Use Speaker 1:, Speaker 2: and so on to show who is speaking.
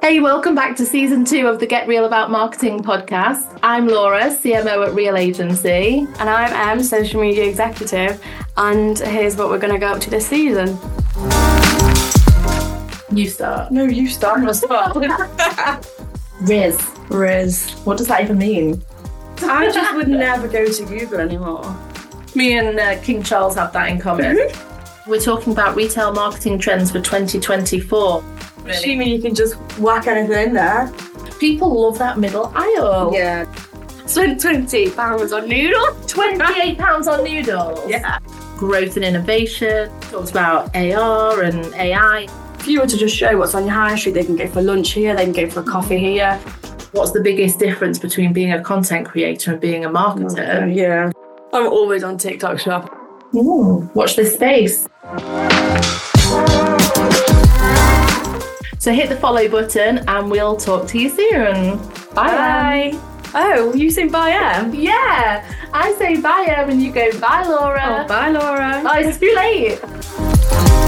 Speaker 1: Hey, welcome back to season two of the Get Real About Marketing podcast. I'm Laura, CMO at Real Agency.
Speaker 2: And I'm Em, social media executive, and here's what we're going to go up to this season.
Speaker 1: You start.
Speaker 2: No, you start us
Speaker 1: Riz.
Speaker 2: Riz.
Speaker 1: What does that even mean?
Speaker 2: I just would never go to Google anymore.
Speaker 1: Me and uh, King Charles have that in common. Mm-hmm. We're talking about retail marketing trends for 2024.
Speaker 2: Assuming you can just whack anything in there.
Speaker 1: People love that middle aisle.
Speaker 2: Yeah. Spend twenty pounds on noodles.
Speaker 1: £28 on noodles.
Speaker 2: Yeah.
Speaker 1: Growth and innovation. Talks about AR and AI.
Speaker 2: If you were to just show what's on your high street, they can go for lunch here, they can go for coffee here.
Speaker 1: What's the biggest difference between being a content creator and being a marketer?
Speaker 2: Yeah. I'm always on TikTok shop.
Speaker 1: Ooh, watch this space. So hit the follow button and we'll talk to you soon. Bye.
Speaker 2: Oh, you say bye, Em?
Speaker 1: Yeah, I say bye, Em, and you go bye, Laura.
Speaker 2: bye, Laura.
Speaker 1: oh, it's too late.